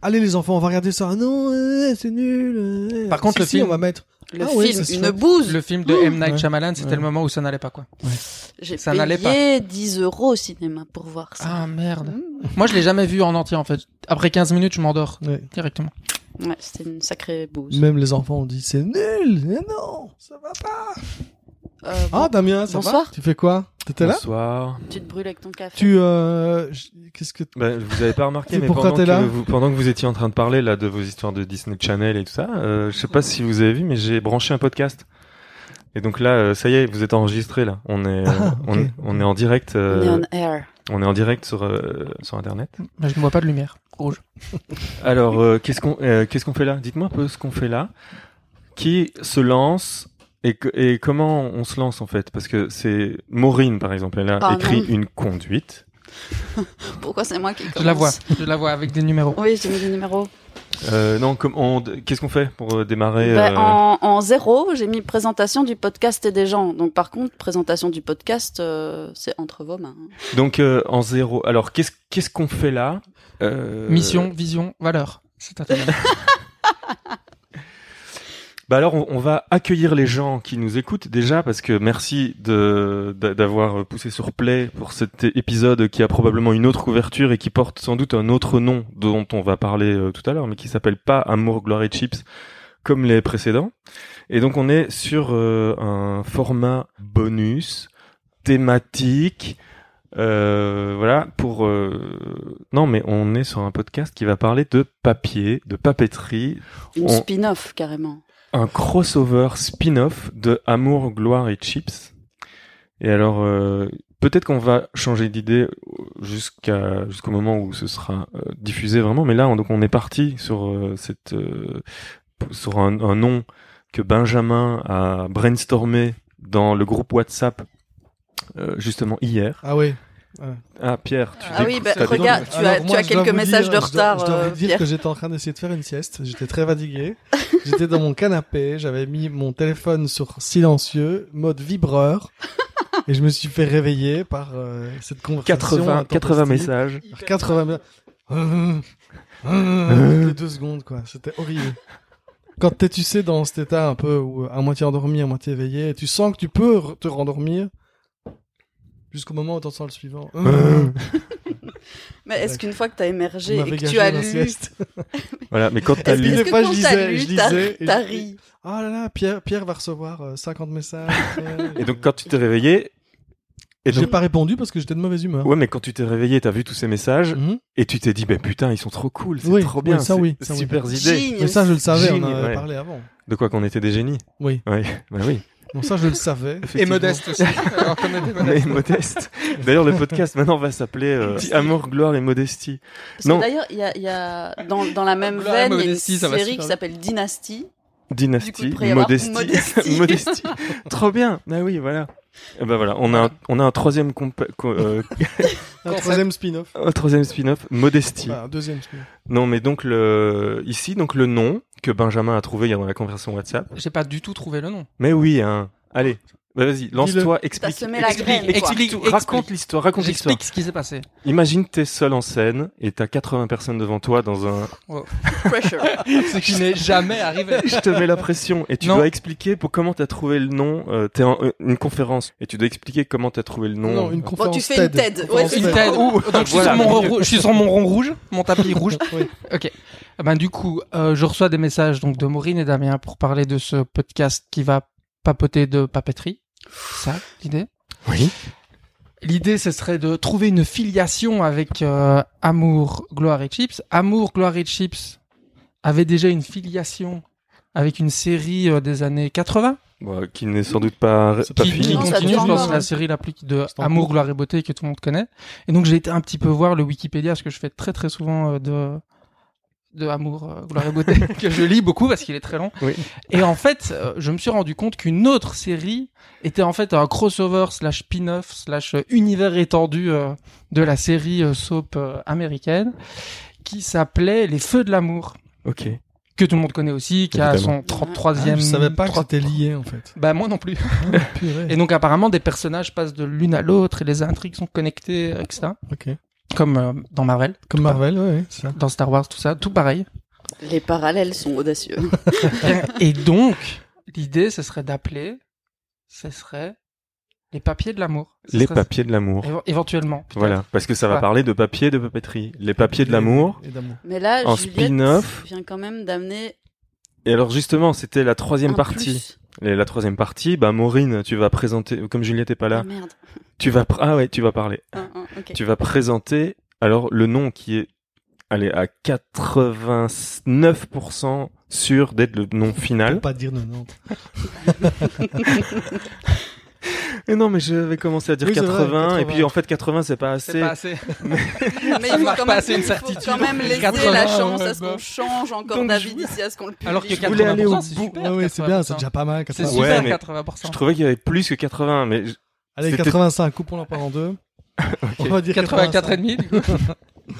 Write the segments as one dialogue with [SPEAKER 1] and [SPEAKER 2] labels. [SPEAKER 1] Allez les enfants, on va regarder ça. Ah non, euh, c'est nul. euh,
[SPEAKER 2] Par contre,
[SPEAKER 1] si,
[SPEAKER 2] le
[SPEAKER 1] si,
[SPEAKER 2] film-
[SPEAKER 1] on va mettre.
[SPEAKER 3] Le
[SPEAKER 1] Ah ouais,
[SPEAKER 3] film,
[SPEAKER 1] ça se
[SPEAKER 3] une
[SPEAKER 1] fait.
[SPEAKER 3] bouse.
[SPEAKER 2] Le film de M. Night
[SPEAKER 1] Ouais.
[SPEAKER 2] Shyamalan, c'était
[SPEAKER 1] Ouais.
[SPEAKER 2] le moment où ça n'allait pas, quoi.
[SPEAKER 3] J'ai
[SPEAKER 2] ça n'allait
[SPEAKER 3] payé 10 euros au cinéma pour voir ça.
[SPEAKER 2] Ah, merde. Moi, je l'ai jamais vu en entier, en fait. Après 15 minutes, je m'endors
[SPEAKER 1] Ouais.
[SPEAKER 2] directement.
[SPEAKER 1] Ah.
[SPEAKER 3] Ouais, c'était une sacrée bouse.
[SPEAKER 1] Même les enfants ont dit c'est nul. Mais non, ça va pas.
[SPEAKER 3] Euh,
[SPEAKER 1] Ah Damien, ça
[SPEAKER 3] Bonsoir.
[SPEAKER 1] va Tu fais quoi T'étais là
[SPEAKER 4] Bonsoir.
[SPEAKER 3] bon, tu te brûles avec ton café.
[SPEAKER 1] Tu euh, je- qu'est-ce que
[SPEAKER 4] Ben, vous avez pas remarqué,
[SPEAKER 1] C'est
[SPEAKER 4] mais
[SPEAKER 1] pourquoi
[SPEAKER 4] pendant
[SPEAKER 1] t'es
[SPEAKER 4] que,
[SPEAKER 1] là
[SPEAKER 4] vous, pendant que vous étiez en train de parler là de vos histoires de Disney Channel et tout ça, euh, je sais pas si vous avez vu, mais j'ai branché un podcast. Et donc là, euh, ça y est, vous êtes enregistré là. On est, euh,
[SPEAKER 1] Ah,
[SPEAKER 4] on,
[SPEAKER 1] ok.
[SPEAKER 4] on est en direct.
[SPEAKER 3] On
[SPEAKER 4] euh,
[SPEAKER 3] est on air.
[SPEAKER 4] on est en direct sur euh, sur internet.
[SPEAKER 2] Mais je ne vois pas de lumière. Rouge.
[SPEAKER 4] Alors, euh, qu'est-ce qu'on euh, qu'est-ce qu'on fait là Dites-moi un peu ce qu'on fait là. Qui se lance et, que- et comment on se lance en fait Parce que c'est Maureen par exemple, elle a
[SPEAKER 3] Pardon.
[SPEAKER 4] écrit une conduite.
[SPEAKER 3] Pourquoi c'est moi qui commence
[SPEAKER 2] Je la vois. Je la vois avec des numéros.
[SPEAKER 3] Oui, j'ai mis des numéros.
[SPEAKER 4] Euh, non, comme on- qu'est-ce qu'on fait pour euh, démarrer
[SPEAKER 3] Bah,
[SPEAKER 4] euh,
[SPEAKER 3] en, en zéro, j'ai mis présentation du podcast et des gens. Donc par contre, présentation du podcast, euh, c'est entre vos mains.
[SPEAKER 4] Donc euh, en zéro. Alors qu'est-ce qu'est-ce qu'on fait là Euh,
[SPEAKER 2] Mission, vision, valeur. C'est à toi.
[SPEAKER 4] Bah alors on, on va accueillir les gens qui nous écoutent déjà parce que merci de d'a- d'avoir poussé sur play pour cet é- épisode qui a probablement une autre couverture et qui porte sans doute un autre nom dont on va parler euh, tout à l'heure mais qui s'appelle pas Amour Gloire et Chips comme les précédents. Et donc on est sur euh, un format bonus thématique euh, voilà pour euh, non mais on est sur un podcast qui va parler de papier, de papeterie,
[SPEAKER 3] Une
[SPEAKER 4] On-
[SPEAKER 3] spin-off carrément.
[SPEAKER 4] un crossover spin-off de Amour, Gloire et Chips. Et alors, euh, peut-être qu'on va changer d'idée jusqu'à jusqu'au moment où ce sera euh, diffusé vraiment. Mais là, on, donc, on est parti sur euh, cette euh, sur un, un nom que Benjamin a brainstormé dans le groupe WhatsApp euh, justement hier.
[SPEAKER 1] Ah ouais.
[SPEAKER 4] Ah Pierre, tu
[SPEAKER 3] Ah oui,
[SPEAKER 4] découvres-
[SPEAKER 3] bah,
[SPEAKER 4] t'as découvert-
[SPEAKER 3] regarde, tu as-
[SPEAKER 1] Alors,
[SPEAKER 3] tu
[SPEAKER 1] moi,
[SPEAKER 3] as
[SPEAKER 1] je dois
[SPEAKER 3] quelques
[SPEAKER 1] vous
[SPEAKER 3] messages
[SPEAKER 1] dire-
[SPEAKER 3] de
[SPEAKER 1] je dois-
[SPEAKER 3] retard,
[SPEAKER 1] Je dois,
[SPEAKER 3] euh,
[SPEAKER 1] vous dire
[SPEAKER 3] Pierre.
[SPEAKER 1] que j'étais en train d'essayer de faire une sieste. J'étais très fatigué. J'étais dans mon canapé. J'avais mis mon téléphone sur silencieux, mode vibreur, et je me suis fait réveiller par euh, cette conversation.
[SPEAKER 4] 80 80
[SPEAKER 1] intempestive.
[SPEAKER 4] messages.
[SPEAKER 1] Par 80 me- Euh, euh, toutes les deux secondes, quoi. C'était horrible. Quand t'es, tu sais, dans cet état un peu où euh, à moitié endormi, à moitié éveillé, tu sens que tu peux re- te rendormir jusqu'au moment où t'en sens le suivant. Euh,
[SPEAKER 3] Mais est-ce
[SPEAKER 1] Ouais.
[SPEAKER 3] qu'une fois que tu as
[SPEAKER 1] on
[SPEAKER 3] émergé
[SPEAKER 1] m'avait
[SPEAKER 3] et que
[SPEAKER 1] gagé
[SPEAKER 3] tu as
[SPEAKER 1] la
[SPEAKER 3] lu, est-ce
[SPEAKER 1] sieste.
[SPEAKER 4] Voilà, mais quand t'as
[SPEAKER 1] Est-ce
[SPEAKER 4] lu,
[SPEAKER 1] Des
[SPEAKER 3] que
[SPEAKER 1] fois, je
[SPEAKER 3] quand
[SPEAKER 1] lisais,
[SPEAKER 3] t'as
[SPEAKER 1] je
[SPEAKER 3] lu,
[SPEAKER 1] lisais,
[SPEAKER 3] t'as-
[SPEAKER 1] et je-
[SPEAKER 3] t'as ri
[SPEAKER 1] Oh là là, Pierre, Pierre va recevoir euh, 50 messages. euh.
[SPEAKER 4] et donc quand tu t'es réveillé, et
[SPEAKER 1] j'ai
[SPEAKER 4] donc,
[SPEAKER 1] pas répondu parce que j'étais de mauvaise humeur.
[SPEAKER 4] ouais, mais quand tu t'es réveillé, t'as vu tous ces messages.
[SPEAKER 1] Mhm.
[SPEAKER 4] Et tu t'es dit, ben putain, ils sont trop cool, c'est
[SPEAKER 1] Oui,
[SPEAKER 4] trop
[SPEAKER 1] oui,
[SPEAKER 4] bien,
[SPEAKER 1] ça
[SPEAKER 4] c'est
[SPEAKER 1] oui, ça oui.
[SPEAKER 4] super idée.
[SPEAKER 3] Genius.
[SPEAKER 1] Mais ça, je le savais, on en
[SPEAKER 4] Génie,
[SPEAKER 1] avait
[SPEAKER 4] ouais.
[SPEAKER 1] parlé avant.
[SPEAKER 4] De quoi qu'on était des génies.
[SPEAKER 1] Oui.
[SPEAKER 4] Oui, bah oui.
[SPEAKER 1] Bon, ça, je le savais.
[SPEAKER 2] Et
[SPEAKER 4] effectivement.
[SPEAKER 2] modeste aussi. Alors qu'on était
[SPEAKER 4] Mais
[SPEAKER 2] modeste.
[SPEAKER 4] modeste. D'ailleurs, le podcast maintenant va s'appeler euh, Amour, gloire et modestie.
[SPEAKER 3] Parce
[SPEAKER 4] Non.
[SPEAKER 3] que d'ailleurs, il y a, il y a dans, dans la même
[SPEAKER 2] Gloire et
[SPEAKER 3] veine, il y a une
[SPEAKER 2] modestie, ça va
[SPEAKER 3] série
[SPEAKER 2] super
[SPEAKER 3] qui s'appelle Dynasty. Du coup,
[SPEAKER 4] Dynastie,
[SPEAKER 3] il pourrait y avoir
[SPEAKER 4] modestie,
[SPEAKER 3] modestie.
[SPEAKER 4] modestie. trop bien. Ah oui, voilà. Et ben voilà, on a un, on a un troisième compa- co- euh,
[SPEAKER 1] Un
[SPEAKER 2] Concept.
[SPEAKER 1] troisième spin-off.
[SPEAKER 4] un troisième spin-off, modestie.
[SPEAKER 1] Enfin, un deuxième spin-off.
[SPEAKER 4] Non, mais donc le ici donc le nom que Benjamin a trouvé hier dans la conversation WhatsApp.
[SPEAKER 2] J'ai pas du tout trouvé le nom.
[SPEAKER 4] Mais oui, hein. Allez, bah, vas-y, lance-toi,
[SPEAKER 3] T'as
[SPEAKER 4] explique.
[SPEAKER 3] semé la graine. quoi.
[SPEAKER 2] explique,
[SPEAKER 4] Tout-
[SPEAKER 2] explique.
[SPEAKER 4] raconte l'histoire, raconte l'histoire.
[SPEAKER 2] J'explique ce qui s'est passé.
[SPEAKER 4] Imagine t'es seul en scène et t'as 80 personnes devant toi dans un.
[SPEAKER 3] Pressure.
[SPEAKER 2] Ce qui n'est jamais arrivé.
[SPEAKER 4] Je te mets la pression et tu
[SPEAKER 2] Non.
[SPEAKER 4] dois expliquer pour comment t'as trouvé le nom. euh, t'es en euh, une conférence et tu dois expliquer comment t'as trouvé le nom.
[SPEAKER 1] Non, une
[SPEAKER 4] Euh,
[SPEAKER 1] conférence
[SPEAKER 3] tu fais une TED. Ouais,
[SPEAKER 1] Conférence
[SPEAKER 3] tu
[SPEAKER 2] Une
[SPEAKER 3] fais-
[SPEAKER 2] tête. Donc, je, suis
[SPEAKER 4] Voilà.
[SPEAKER 2] sur mon rond, rou- je suis sur mon rond rouge, mon tapis rouge.
[SPEAKER 1] Oui.
[SPEAKER 2] Ok. Eh Ben, du coup, euh, je reçois des messages donc, de Maureen et Damien pour parler de ce podcast qui va papoter de papeterie. C'est ça, l'idée
[SPEAKER 4] Oui.
[SPEAKER 2] L'idée, ce serait de trouver une filiation avec euh, Amour, Gloire et Chips. Amour, Gloire et Chips avait déjà une filiation avec une série euh, des années 80
[SPEAKER 4] bon, euh, bah, qui n'est sans doute pas,
[SPEAKER 1] C'est
[SPEAKER 4] pas
[SPEAKER 2] qui, qui
[SPEAKER 4] fini.
[SPEAKER 3] Non, ça
[SPEAKER 2] continue, je
[SPEAKER 3] dure
[SPEAKER 2] pense,
[SPEAKER 3] encore.
[SPEAKER 2] la série l'applique de
[SPEAKER 1] C'est en
[SPEAKER 2] Amour,
[SPEAKER 1] cours.
[SPEAKER 2] gloire et beauté que tout le monde connaît. Et donc j'ai été un petit peu voir le Wikipédia, ce que je fais très très souvent euh, de de Amour, euh, gloire et beauté que je lis beaucoup parce qu'il est très long.
[SPEAKER 4] Oui.
[SPEAKER 2] Et en fait, euh, je me suis rendu compte qu'une autre série était en fait un crossover slash spin-off slash euh, univers étendu euh, de la série euh, soap euh, américaine qui s'appelait Les Feux de l'amour
[SPEAKER 4] Ok.
[SPEAKER 2] que tout le monde connaît aussi, qui a
[SPEAKER 4] Évidemment.
[SPEAKER 2] son 33e.
[SPEAKER 1] Ah, je savais pas que
[SPEAKER 2] trois-
[SPEAKER 1] c'était lié en fait.
[SPEAKER 2] Bah moi non plus.
[SPEAKER 1] Ah, Purée.
[SPEAKER 2] Et donc apparemment des personnages passent de l'une à l'autre et les intrigues sont connectées, etc.
[SPEAKER 1] Ok.
[SPEAKER 2] comme euh, dans Marvel,
[SPEAKER 1] Comme Marvel, ouais, ouais, c'est ça.
[SPEAKER 2] dans Star Wars, tout ça, tout pareil.
[SPEAKER 3] Les parallèles sont audacieux.
[SPEAKER 2] Et donc, l'idée, ce serait d'appeler, ce serait les papiers de l'amour. Ce
[SPEAKER 4] Les
[SPEAKER 2] serait-
[SPEAKER 4] papiers de l'amour.
[SPEAKER 2] évo- Éventuellement. peut-être.
[SPEAKER 4] Voilà, parce que ça va
[SPEAKER 2] Ouais.
[SPEAKER 4] parler de papier et de papeterie. Les papiers de l'amour.
[SPEAKER 1] Et d'amour.
[SPEAKER 3] Mais là,
[SPEAKER 4] En
[SPEAKER 3] Juliette
[SPEAKER 4] spin-off.
[SPEAKER 3] vient quand même d'amener
[SPEAKER 4] Et alors justement, c'était la troisième
[SPEAKER 3] un
[SPEAKER 4] partie.
[SPEAKER 3] plus. Ah,
[SPEAKER 4] Et la troisième partie, bah Maureen, tu vas présenter, comme Juliette est pas
[SPEAKER 3] Ah,
[SPEAKER 4] là,
[SPEAKER 3] merde.
[SPEAKER 4] tu vas, pr- ah ouais, tu vas parler.
[SPEAKER 3] Ah, ah, ok.
[SPEAKER 4] Tu vas présenter, alors le nom qui est, allez, à 89% sûr d'être le nom final.
[SPEAKER 1] Pour pas dire 90.
[SPEAKER 4] Et non, mais je vais commencer à dire
[SPEAKER 1] Oui, c'est vrai,
[SPEAKER 4] 80, et
[SPEAKER 1] 80.
[SPEAKER 4] puis en fait 80 c'est pas assez.
[SPEAKER 2] C'est pas assez.
[SPEAKER 3] Mais
[SPEAKER 2] Ça
[SPEAKER 3] il faut
[SPEAKER 2] marque
[SPEAKER 3] quand
[SPEAKER 2] pas
[SPEAKER 3] même,
[SPEAKER 2] assez une
[SPEAKER 3] il faut
[SPEAKER 2] certitude.
[SPEAKER 3] quand même laisser
[SPEAKER 2] 80,
[SPEAKER 3] la chance
[SPEAKER 2] ouais,
[SPEAKER 3] à ce qu'on
[SPEAKER 2] bah.
[SPEAKER 3] change encore
[SPEAKER 4] Donc,
[SPEAKER 3] d'avis
[SPEAKER 4] je-
[SPEAKER 3] d'ici à ce qu'on le publie.
[SPEAKER 2] Alors que
[SPEAKER 4] Je voulais aller au
[SPEAKER 2] 80%, c'est
[SPEAKER 4] bout.
[SPEAKER 2] super.
[SPEAKER 1] Ouais, ouais, c'est bien, c'est
[SPEAKER 2] 80%.
[SPEAKER 1] déjà pas mal.
[SPEAKER 2] C'est
[SPEAKER 1] 80.
[SPEAKER 4] Ouais,
[SPEAKER 2] super,
[SPEAKER 4] mais-
[SPEAKER 2] 80%.
[SPEAKER 4] Je trouvais qu'il y avait plus que 80, mais je-
[SPEAKER 1] Allez,
[SPEAKER 4] C'était-
[SPEAKER 1] 85, coupons la part en deux. On va dire
[SPEAKER 2] 84 et
[SPEAKER 1] 85.
[SPEAKER 2] demi, du coup.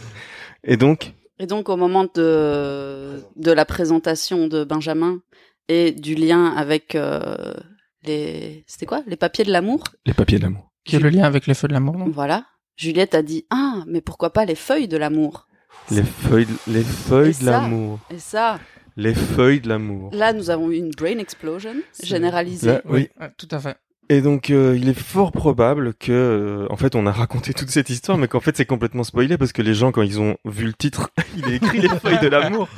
[SPEAKER 4] et donc,
[SPEAKER 3] Et donc, au moment de, de la présentation de Benjamin et du lien avec euh, les. C'était quoi Les papiers de l'amour
[SPEAKER 4] les papiers de l'amour.
[SPEAKER 2] Qui est le lien avec les feux de l'amour, non
[SPEAKER 3] Voilà. Juliette a dit Ah, mais pourquoi pas les feuilles de l'amour
[SPEAKER 4] Les feuilles, de- les feuilles
[SPEAKER 3] Et
[SPEAKER 4] de
[SPEAKER 3] ça
[SPEAKER 4] l'amour.
[SPEAKER 3] Et ça,
[SPEAKER 4] Les feuilles de l'amour.
[SPEAKER 3] là, nous avons eu une brain explosion
[SPEAKER 2] C'est-
[SPEAKER 3] généralisée.
[SPEAKER 4] Là, Euh, oui.
[SPEAKER 2] Ouais, Tout à fait.
[SPEAKER 4] Et donc, euh, il est fort probable que, euh, en fait, on a raconté toute cette histoire, mais qu'en fait, c'est complètement spoilé parce que les gens, quand ils ont vu le titre, il est écrit les feuilles de l'amour.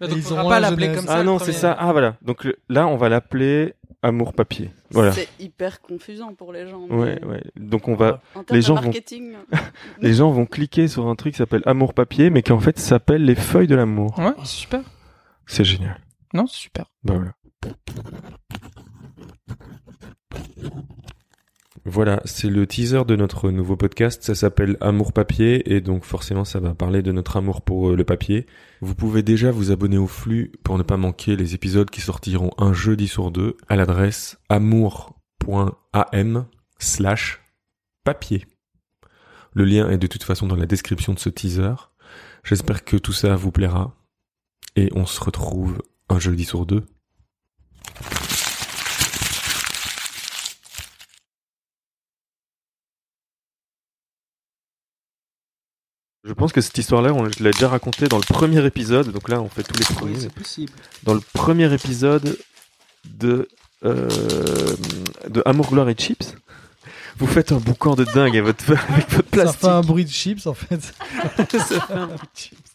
[SPEAKER 2] Donc,
[SPEAKER 1] ils
[SPEAKER 2] faudra
[SPEAKER 1] auront
[SPEAKER 2] pas
[SPEAKER 1] la
[SPEAKER 2] l'appeler
[SPEAKER 1] genèse.
[SPEAKER 2] comme ça.
[SPEAKER 4] Ah
[SPEAKER 2] le
[SPEAKER 4] non, c'est
[SPEAKER 2] premier.
[SPEAKER 4] ça. Ah voilà. Donc le- là, on va l'appeler amour papier. Voilà.
[SPEAKER 3] C'est hyper confusant pour les gens. mais
[SPEAKER 4] Ouais, ouais. Donc on va,
[SPEAKER 3] En termes
[SPEAKER 4] Les gens
[SPEAKER 3] de
[SPEAKER 4] vont-
[SPEAKER 3] marketing,
[SPEAKER 4] les gens vont cliquer sur un truc qui s'appelle amour papier, mais qui en fait s'appelle les feuilles de l'amour.
[SPEAKER 2] Ouais, super.
[SPEAKER 4] C'est génial.
[SPEAKER 2] Non, c'est super.
[SPEAKER 4] Bah voilà. Voilà, c'est le teaser de notre nouveau podcast. Ça s'appelle Amour Papier et donc forcément ça va parler de notre amour pour euh, le papier. Vous pouvez déjà vous abonner au flux pour ne pas manquer les épisodes qui sortiront un jeudi sur deux à l'adresse amour.am slash papier. Le lien est de toute façon dans la description de ce teaser. J'espère que tout ça vous plaira et on se retrouve un jeudi sur deux. Je pense que cette histoire-là, on je l'ai déjà racontée dans le premier épisode. Donc là, on fait tous les premiers.
[SPEAKER 2] possible.
[SPEAKER 4] dans le premier épisode de euh, de Amour, Gloire et Chips. Vous faites un boucan de dingue avec votre, avec votre
[SPEAKER 1] Ça
[SPEAKER 4] plastique.
[SPEAKER 1] fait un bruit de chips en fait.
[SPEAKER 4] Ça fait un bruit de chips.